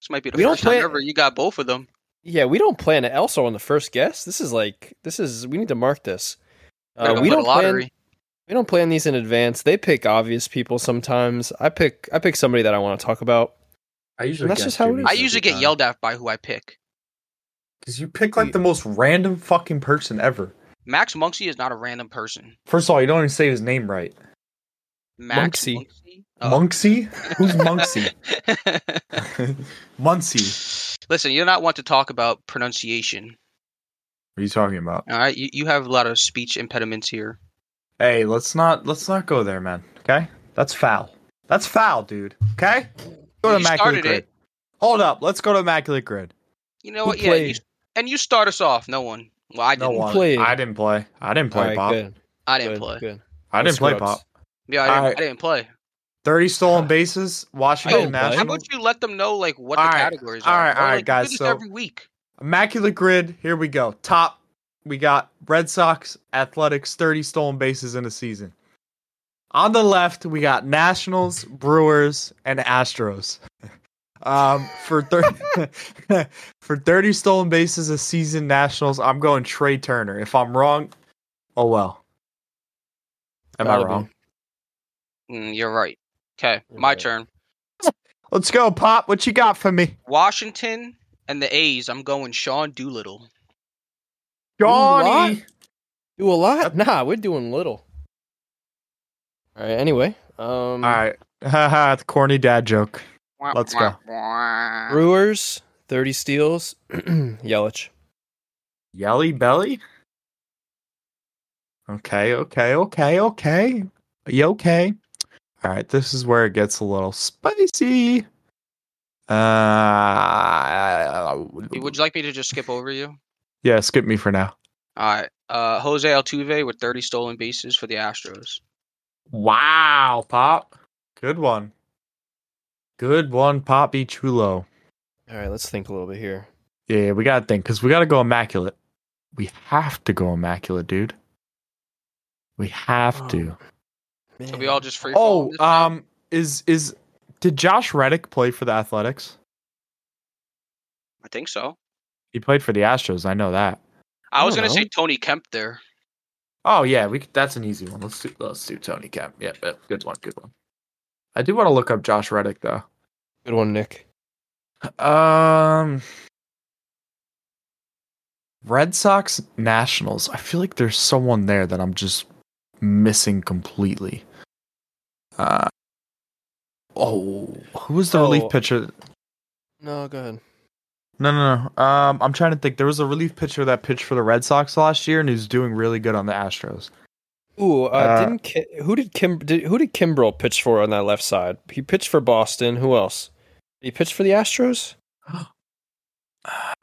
S3: This might be the
S1: We don't
S3: first time
S1: play-
S3: ever you got both of them.
S1: Yeah, we don't plan to also on the first guess. This is like this is we need to mark this.
S3: Better
S1: Uh,
S3: go
S1: we
S3: for the
S1: don't plan we don't plan these in advance. They pick obvious people sometimes. I pick I pick somebody that I want to talk about.
S2: I usually
S1: That's
S2: guess
S1: just how it
S2: Jimmy
S1: is.
S3: I
S2: every
S3: usually get
S2: time.
S3: yelled at by who I pick.
S2: Because you pick like the most random fucking person ever.
S3: Max Muncy is not a random person.
S2: First of all, you don't even say his name right.
S3: Max
S1: Muncy.
S3: Muncy? Oh.
S2: Monksy?
S3: (laughs)
S2: Who's Monksy? Muncy.
S3: Listen, you're not one to talk about pronunciation.
S2: What are you talking about?
S3: All right, you, you have a lot of speech impediments here.
S2: Hey, let's not let's not go there, man. Okay? That's foul. That's foul, dude. Okay? Go to
S3: You
S2: Immaculate
S3: started
S2: Grid.
S3: it.
S2: Hold up. Let's go to Immaculate Grid.
S3: You know
S1: Who
S3: what? Yeah, you,
S1: played?
S3: and you start us off. No one. Well, I
S2: No
S3: didn't.
S2: one.
S1: played?
S2: I didn't play. I didn't play,
S1: All right,
S2: Bob.
S1: good,
S3: I didn't
S1: good,
S3: play.
S1: good.
S2: I didn't play
S1: Scrubs.
S2: pop.
S3: Yeah, I didn't,
S2: Alright.
S3: I didn't play.
S2: Thirty stolen bases. Washington
S3: Yo,
S1: I
S3: How
S2: National.
S3: about you let them know like what the
S2: Alright,
S3: categories are?
S2: alright,
S3: bro?
S2: alright,
S3: Like, you do
S2: guys,
S3: this
S2: so-
S3: every week.
S2: Immaculate grid. Here we go. Top. We got Red Sox Athletics. Thirty stolen bases in a season. On the left, we got Nationals, Brewers, and Astros. (laughs) Um, for thir- (laughs) for thirty stolen bases a season, Nationals. I'm going Trey Turner. If I'm wrong, oh well. Am I
S1: Gotta be.
S2: wrong?
S3: Mm, you're right. Okay,
S1: You're
S3: my
S1: right.
S3: turn.
S2: Let's go, Pop. What you got for me?
S3: Washington and the A's. I'm going Sean Doolittle.
S1: Johnny.
S2: Johnny.
S1: Do a lot? Nah, we're doing little. All right. Anyway, um,
S2: All right. (laughs) Haha, it's a corny dad joke.
S3: Wah,
S2: Let's
S3: wah,
S2: go.
S3: wah.
S1: Brewers thirty steals. (clears throat) Yelich.
S2: Yelly belly? Okay, okay, okay, okay. Are you okay? All right, this is where it gets a little spicy. Uh,
S3: Would you like me to just skip over you?
S2: yeah, skip me for now.
S3: All right. Uh, Jose Altuve with 30 stolen bases for the Astros.
S2: Wow, Pop. Good one. Good one, Poppy Chulo.
S1: All right. Let's think a little bit here.
S2: Yeah, we gotta think because we gotta go immaculate. We have to go immaculate, dude. We have
S1: Oh,
S2: to.
S3: So we all just free fall
S2: Oh,
S3: this time?
S2: um, is is did Josh Reddick play for the Athletics?
S3: I think so.
S2: He played for the Astros. I know that.
S3: I
S1: I
S3: was
S1: don't
S3: gonna say
S1: know.
S3: Tony Kemp there.
S2: Oh yeah, we c- that's an easy one. Let's do let's do Tony Kemp. Yeah, yeah, good one, good one. I do want to look up Josh Reddick though.
S1: good one, Nick.
S2: Um, Red Sox Nationals. I feel like there's someone there that I'm just missing completely. Uh, oh, who was the relief
S1: Oh.
S2: pitcher?
S1: No, go ahead.
S2: No, no, no. Um, I'm trying to think. There was a relief pitcher that pitched for the Red Sox last year and who's doing really good on the Astros.
S1: Ooh, uh,
S2: Uh,
S1: didn't Ki- who did Kim did, who did Kimbrel pitch for on that left side? He pitched for Boston. Who else? He pitched for the Astros.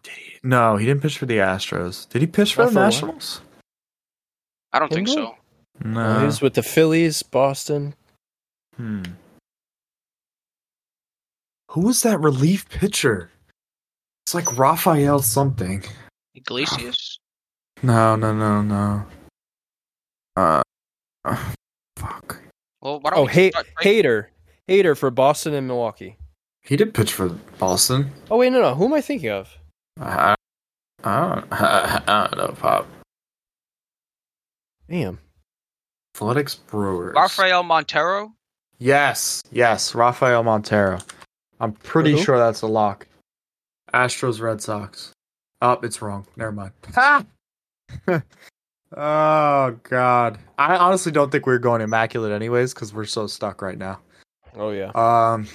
S2: Did he? No, he didn't pitch for the Astros. Did he pitch for
S1: Not
S2: the
S1: for what?
S2: Nationals?
S3: I don't think so.
S1: Kimbrel?
S2: No.
S1: Oh, he was with the Phillies, Boston.
S2: Hmm. Who was that relief pitcher? It's like Raphael something.
S3: Iglesias.
S2: No, no, no, no. Uh, uh, fuck.
S3: Well, why don't
S1: Oh,
S3: we just
S1: hate
S3: start right-
S1: hater, hater for Boston and Milwaukee.
S2: He did pitch for Boston.
S1: Oh wait, no, no. Who am I thinking of?
S2: I, I, don't, (laughs) I, don't know, Pop.
S1: Damn.
S2: Athletics Brewers.
S3: Rafael Montero.
S2: Yes, yes, Rafael Montero. I'm pretty
S1: For who?
S2: sure that's a lock. Astros, Red Sox. Oh, it's wrong. Never mind. (laughs) Ha! oh God. I honestly don't think we're going immaculate anyways because we're so stuck right now.
S1: Oh yeah.
S2: Um,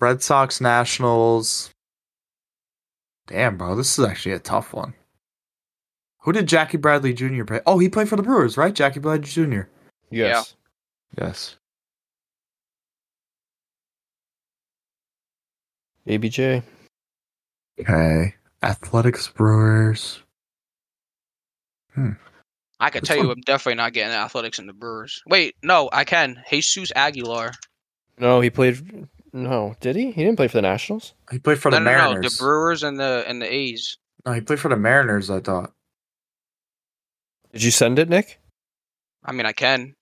S2: Red Sox, Nationals. Damn, bro, this is actually a tough one. Who did Jackie Bradley Jr. play? Oh, he played for the Brewers, right? Jackie Bradley Jr.
S1: Yes.
S2: Yes.
S1: ABJ.
S2: Okay. Athletics Brewers.
S3: I can
S2: Which
S3: tell you,
S2: one?
S3: I'm definitely not getting Athletics and the Brewers. Wait, no, I can. Jesus Aguilar.
S1: No, he played. No, did he? He didn't play for the Nationals.
S2: He played for
S3: no,
S2: the
S3: no,
S2: Mariners.
S3: no, the Brewers and the and the A's.
S2: no, he played for the Mariners, I thought.
S1: Did you send it, Nick?
S3: I mean, I can.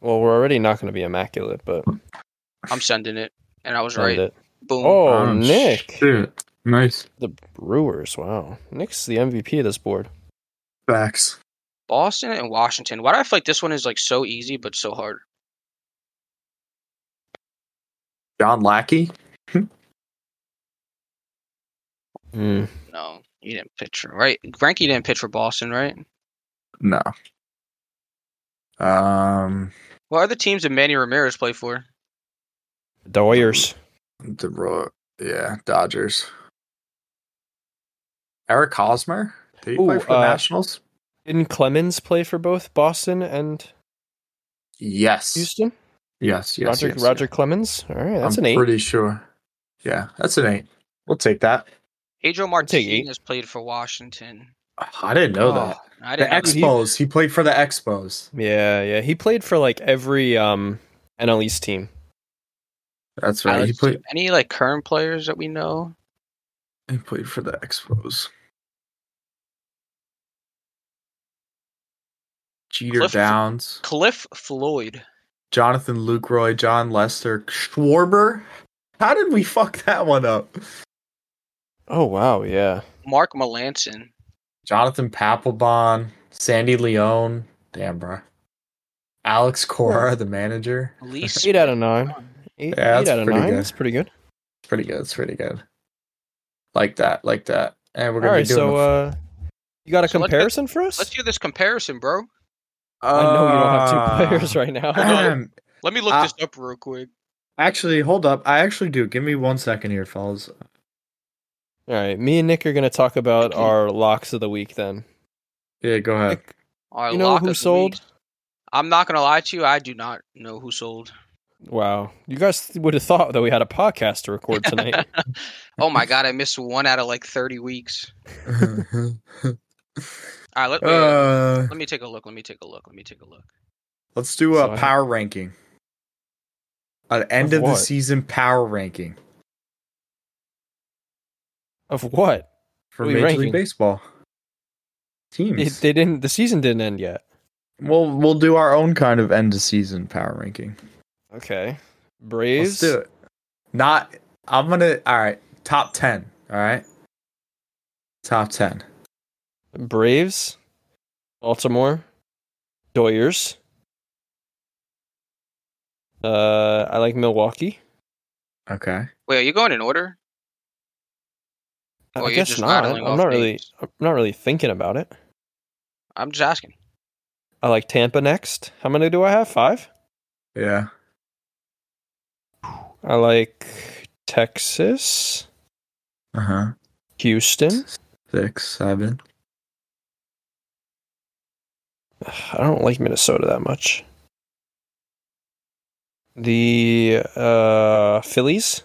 S1: Well, we're already not going to be immaculate, but
S2: (laughs)
S3: I'm sending it, and I was
S1: send
S3: right.
S1: it.
S3: Boom. Um,
S1: Oh, Nick,
S2: Um, Shit. Nice.
S1: the Brewers. Wow, Nick's the MVP of this board.
S2: Facts.
S3: Boston and Washington. Why do I feel like this one is like so easy but so hard?
S2: John Lackey?
S1: Mm.
S3: No, you didn't pitch for- right. Granky didn't pitch for Boston, right?
S2: No. Um
S3: What are the teams that Manny Ramirez play for?
S1: Doyers.
S2: the Ro- yeah, Dodgers. Eric Hosmer? Did he play
S1: Ooh,
S2: for the
S1: uh,
S2: Nationals?
S1: Didn't Clemens play for both Boston and
S2: Yes.
S1: Houston?
S2: yes, yes.
S1: Roger
S2: yes,
S1: Roger Clemens. All right, that's
S2: I'm
S1: an eight.
S2: pretty sure. Yeah, that's an eight. We'll take that.
S3: Adriel
S1: take eight.
S3: Martinez played for Washington.
S2: I didn't know
S4: Oh,
S2: that.
S3: I
S4: The
S3: didn't know that.
S4: Expos. He played for the Expos.
S1: Yeah, yeah. He played for like every um NL East team.
S2: That's
S3: Alex,
S2: right. He played.
S3: any like current players that we know?
S2: He played for the Expos. Jeter
S3: Cliff-
S2: Downs,
S3: Cliff Floyd.
S2: Jonathan Lucroy, John Lester, Schwarber. How did we fuck that one up?
S1: Oh wow, yeah.
S3: Mark Melanson.
S2: Jonathan Papelbon, Sandy Leone. Damn, bro. Alex Cora, the manager.
S3: Lee
S1: (laughs) Eight out of nine.
S3: Smith.
S1: Eight,
S2: Yeah,
S1: eight
S2: that's
S1: out of
S2: pretty
S1: nine.
S2: good.
S1: That's pretty good.
S2: It's pretty good. It's pretty good. Like that. Like that. And
S1: All
S2: we're gonna
S1: right,
S2: be doing.
S1: so uh you got a
S3: So let's get-
S1: comparison for us?
S3: Let's do this comparison, bro.
S2: a,
S1: uh, I know you don't
S3: Uh,
S2: Uh,
S1: have two players right
S3: (laughs)
S1: now.
S2: Ahem.
S3: Let me look
S2: Uh,
S3: this up real quick.
S2: (clears throat) Actually, hold up. I actually do. Give me one second here, fellas.
S1: All right, me and Nick are going to talk about our locks of the week then.
S2: Yeah, go ahead.
S1: Nick,
S3: Our
S1: you know
S3: lock
S1: who
S3: of the
S1: sold?
S3: week. I'm not gonna lie to you. I do not know who sold.
S1: Wow. You guys would have thought that we had a podcast to record
S3: (laughs)
S1: tonight. (laughs)
S3: Oh my god, I missed one out of like 30 weeks. All right, let, wait, wait,
S2: (laughs) uh,
S3: let me take a look. Let me take a look. Let me take a look.
S2: let's do
S1: So
S2: a
S1: I-
S2: power ranking. An end
S1: Of
S2: of, the
S1: what?
S2: season power ranking
S1: of what? What
S2: for
S1: are we
S2: Major
S1: ranking?
S2: League Baseball
S1: It,
S2: teams.
S1: they didn't the season didn't end yet.
S2: we'll we'll do our own kind of end of season power ranking.
S1: Okay. Braves.
S2: Let's do it. Not. I'm gonna. All right. Top ten. All right. Top ten.
S1: Braves. Baltimore. Doyers. Uh I like Milwaukee.
S2: Okay.
S3: Wait, are you going in order? Oh,
S1: I
S3: you're
S1: guess
S3: just
S1: not.
S3: rattling
S1: I'm
S3: off
S1: not really
S3: names.
S1: I'm not really thinking about it.
S3: I'm just asking.
S1: I like Tampa next. How many do I have? 5.
S2: Yeah.
S1: I like Texas,
S2: Uh huh.
S1: Houston.
S2: Six, seven.
S1: I don't like Minnesota that much. The uh, Phillies.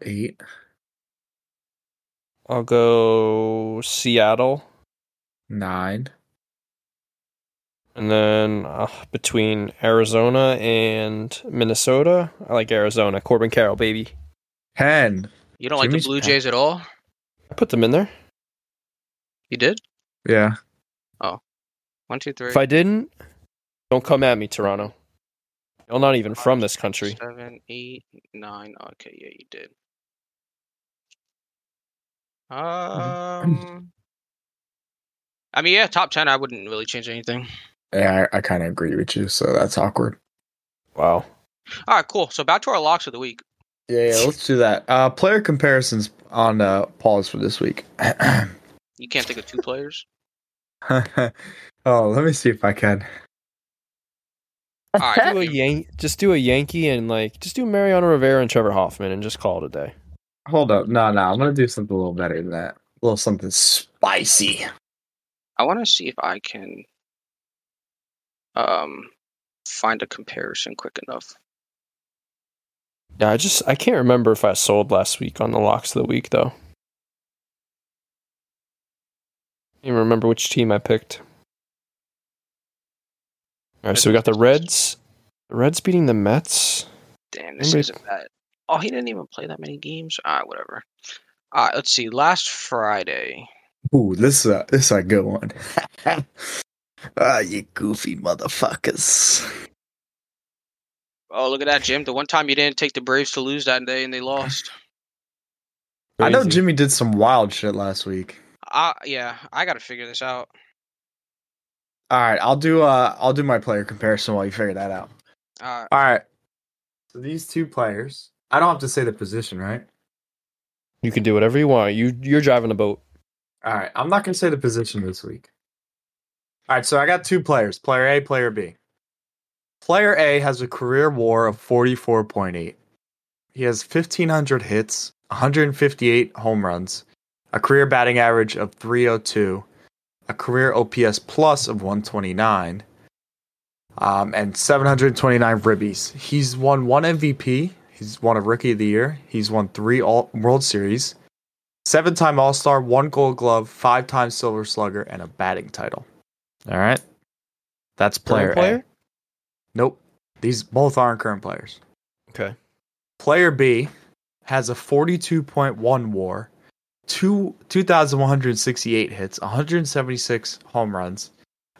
S2: eight.
S1: I'll go Seattle,
S2: Nine.
S1: and then uh, between Arizona and Minnesota, I like Arizona. Corbin Carroll, baby.
S2: Ten.
S3: You don't like
S2: Jimmy's
S3: the Blue
S2: back.
S3: Jays at all?
S1: I put them in there.
S3: You did?
S2: Yeah.
S3: One, two, three.
S1: If I didn't, don't come at me, Toronto. You're not even from this country.
S3: Seven, eight, nine. Okay, yeah, you did.
S1: Mm-hmm.
S3: Um, I mean, yeah, top ten. I wouldn't really change anything.
S2: Yeah, I, I kind of agree with you. So that's awkward.
S1: Wow.
S3: All right, cool. So back to our locks of the week.
S2: Yeah, yeah let's do that. Uh, player comparisons on uh, pause for this week. (clears throat)
S3: You can't think of two players.
S2: oh, let me see if I can.
S3: All
S1: (laughs)
S3: right,
S1: Do a Yan- just do a Yankee and like just do Mariano Rivera and Trevor Hoffman and just call it a day.
S2: Hold up. No, no, I'm gonna do something a little better than that. A little something spicy.
S3: I want to see if I can um find a comparison quick enough.
S1: Yeah, I just I can't remember if I sold last week on the locks of the week though. I even remember which team I picked. All right, so we got the Reds. The Reds beating the Mets.
S3: Damn, this
S1: Remember-
S3: isn't bad. Oh, he didn't even play that many games. All right, whatever. All right, let's see. Last Friday.
S2: Ooh, this is a this is a good one. (laughs) ah, you goofy motherfuckers.
S3: Oh, look at that, Jim. The one time you didn't take the Braves to lose that day and they lost.
S2: I know
S1: Crazy.
S2: Jimmy did some wild shit last week.
S3: I yeah, I got to figure this out.
S2: All right, I'll do uh, I'll do my player comparison while you figure that out.
S3: All right.
S2: All right. So these two players, I don't have to say the position, right?
S1: You can do whatever you want. You you're driving the boat.
S2: All right. I'm not going to say the position this week. All right. So I got two players player A, player B. Player A has a career war of 44.8. He has 1,500 hits, 158 home runs, a career batting average of 302, a career OPS plus of 129, um, and 729 ribbies. He's won one MVP. He's won a Rookie of the Year. He's won three all- World Series. seven time All Star, one Gold Glove, five time Silver Slugger, and a batting title.
S5: All right. That's player,
S1: Current player?
S5: A.
S2: Nope. These both aren't current players.
S1: Okay.
S2: Player B has a 42.1 war, two 2,168 hits, 176 home runs,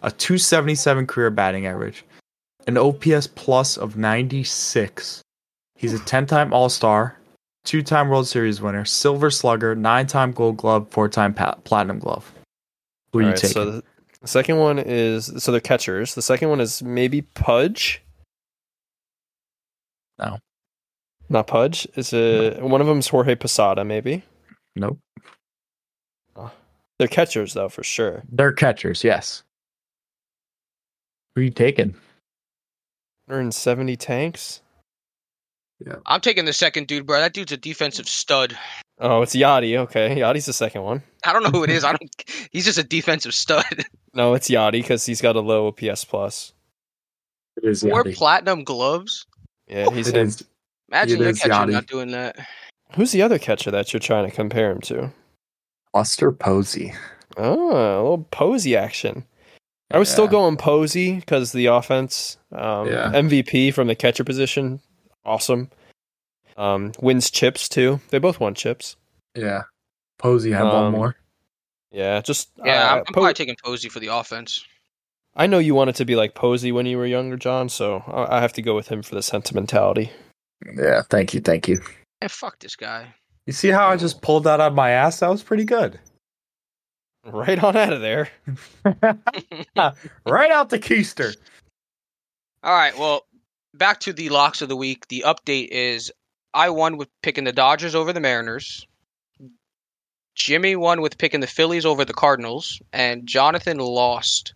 S2: a 277 career batting average, an OPS plus of 96. He's a 10 time All Star, two time World Series winner, Silver Slugger, nine time Gold Glove, four time pa- Platinum Glove. Who are you
S1: All right,
S2: taking?
S1: So the, the second one is so they're catchers. The second one is maybe Pudge.
S2: No.
S1: Not Pudge. It's a one of them's Jorge Posada. Maybe
S2: nope.
S1: they're catchers though for sure.
S2: They're catchers, yes. Who are you taking?
S1: They're in seventy tanks.
S3: I'm taking the second dude, bro. That dude's a defensive stud.
S1: Oh, it's Yachty. Okay, Yachty's the second one.
S3: I don't know who it is. I don't. (laughs) He's just a defensive stud. (laughs)
S1: No, it's Yachty because he's got a low PS plus.
S2: It is
S3: Four platinum gloves.
S1: Yeah, he's
S2: It
S1: him.
S2: is.
S3: Imagine
S2: It
S3: your
S2: is Uh,
S3: catcher
S2: Yachty.
S3: not doing that.
S1: Who's the other catcher that you're trying to compare him to?
S2: Buster Posey.
S1: Oh, a little Posey action. I was still
S2: Yeah.
S1: going Posey because the offense, um,
S2: Yeah.
S1: MVP from the catcher position, awesome. Um, wins chips too. They both won chips.
S2: Yeah. Posey had
S1: Um,
S2: one more.
S1: Yeah, just
S3: Yeah,
S1: uh,
S3: I'm, I'm
S1: Po-
S3: probably taking Posey for the offense.
S1: I know you wanted to be like Posey when you were younger, John. So I, I have to go with him for the sentimentality.
S2: Yeah, thank you, thank you.
S3: And fuck this guy.
S2: You see how I just pulled that out of my ass? That was pretty (laughs) good.
S1: Right on out of there.
S2: right out the keister.
S3: All right. Well, back to the locks of the week. The update is I won with picking the Dodgers over the Mariners. Jimmy won with picking the Phillies over the Cardinals, and Jonathan lost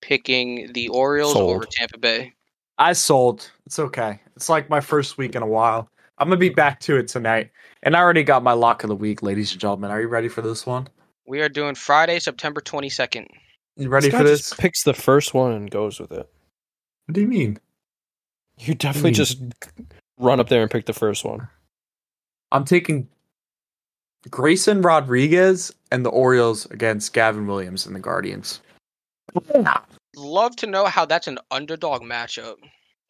S3: picking the Orioles
S1: Sold.
S3: over Tampa Bay.
S2: I sold. It's okay. It's like my first week in a while. I'm gonna be back to it tonight. And I already got my lock of the week, ladies and gentlemen. Are you ready for this one?
S3: We are doing Friday, September 22nd.
S2: You ready
S1: This guy
S2: for this?
S1: just picks the first one and goes with it.
S2: What do you mean?
S1: You definitely
S2: Hmm.
S1: just run up there and pick the first one.
S2: I'm taking Grayson Rodriguez and the Orioles against Gavin Williams and the Guardians.
S3: Love to know how that's an underdog matchup.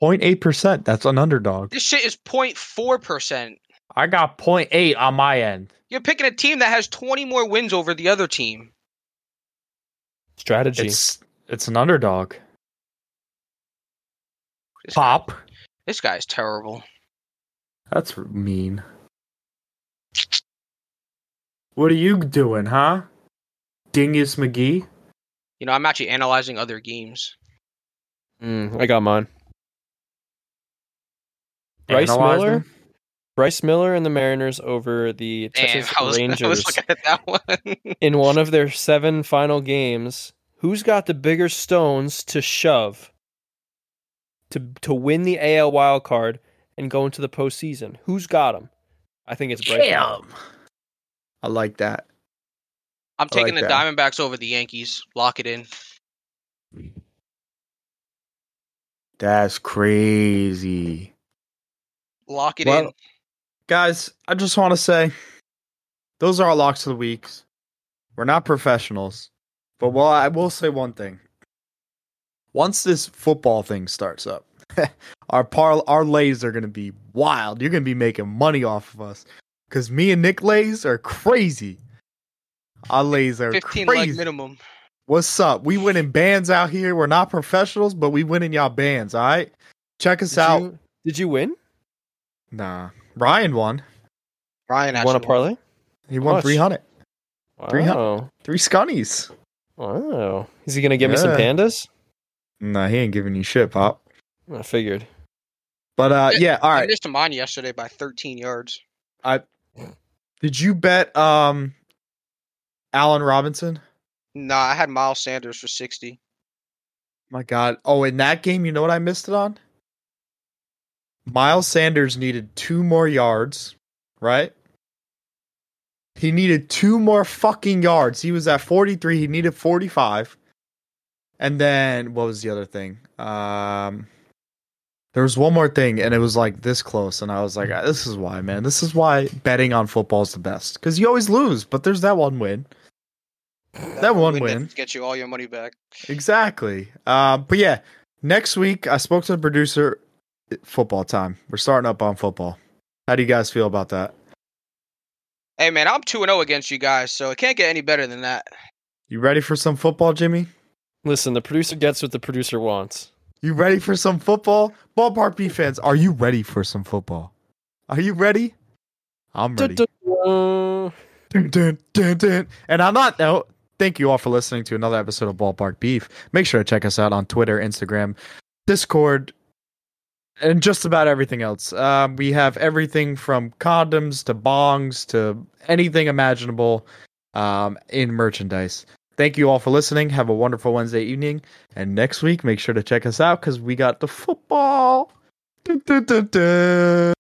S2: 0.8%. That's an underdog.
S3: This shit is 0.4%.
S2: I got 0.8 on my end.
S3: You're picking a team that has 20 more wins over the other team.
S1: Strategy.
S2: It's it's an underdog.
S3: This guy-
S2: Pop.
S3: this guy's terrible.
S2: That's mean. What are you doing, huh? Dingus McGee?
S3: You know, I'm actually analyzing other games.
S1: Mm, I got mine. Bryce
S2: Analyze
S1: Miller?
S2: them.
S1: Bryce Miller and the Mariners over the
S3: Damn, (laughs)
S1: Texas
S3: I was,
S1: Rangers.
S3: I was looking at that (laughs) one.
S1: in one of their seven final games, who's got the bigger stones to shove to to win the AL wild card and go into the postseason? Who's got them? I think it's Bryce. Miller.
S2: Damn. I like that.
S3: I'm taking
S2: like
S3: the
S2: that.
S3: Diamondbacks over the Yankees. Lock it in.
S2: That's crazy.
S3: Lock it
S2: Well-
S3: in.
S2: guys, I just want to say those are our locks of the weeks. We're not professionals, but well, I will say one thing. Once this football thing starts up, (laughs) our par- our lays are going to be wild. You're going to be making money off of us because me and Nick lays are crazy. Our lays are
S3: 15
S2: crazy.
S3: leg minimum.
S2: What's up? We win in bands out here. We're not professionals, but we win in y'all bands. All right, check us
S1: Did
S2: out.
S1: you, did you win?
S2: Nah, Ryan won.
S3: Ryan
S1: You
S3: actually.
S1: won a parlay?
S2: He won
S1: Clutch.
S2: three hundred. Three hun-
S1: Wow.
S2: Three scunnies.
S1: Wow. Oh. Is he going to give me some
S2: Yeah.
S1: pandas?
S2: Nah, he ain't giving you shit, Pop.
S1: I figured.
S2: But uh yeah, all
S3: I
S2: right.
S3: missed mine yesterday by 13 yards.
S2: Did you bet um Allen Robinson?
S3: Nah, I had Miles Sanders for 60.
S2: My God. Oh, in that game, you know what I missed it on? Miles Sanders needed two more yards, right? He needed two more fucking yards. He was at 43. He needed 45. And then what was the other thing? Um There was one more thing, and it was like this close, and I was like, "Ah, "This is why, man. This is why betting on football is the best because you always lose, but there's that one win. That, one win,
S3: Get you all your money back.
S2: exactly. Uh, but yeah, next week I spoke to the producer. Football time. We're starting up on football. How do you guys feel about that?
S3: Hey man, I'm two and zero against you guys, so it can't get any better than that.
S2: You ready for some football, Jimmy?
S1: Listen, the producer gets what the producer wants.
S2: You ready for some football? Ballpark B fans, are you ready for some football? Are you ready? I'm ready.
S1: Dun-dun-dun.
S2: Dun, dun, dun, dun. And on that note, thank you all for listening to another episode of Ballpark Beef. Make sure to check us out on Twitter, Instagram, Discord, and just about everything else. Um, we have everything from condoms to bongs to anything imaginable um, in merchandise. Thank you all for listening. Have a wonderful Wednesday evening. And next week, make sure to check us out because we got the football. Dun, dun, dun, dun.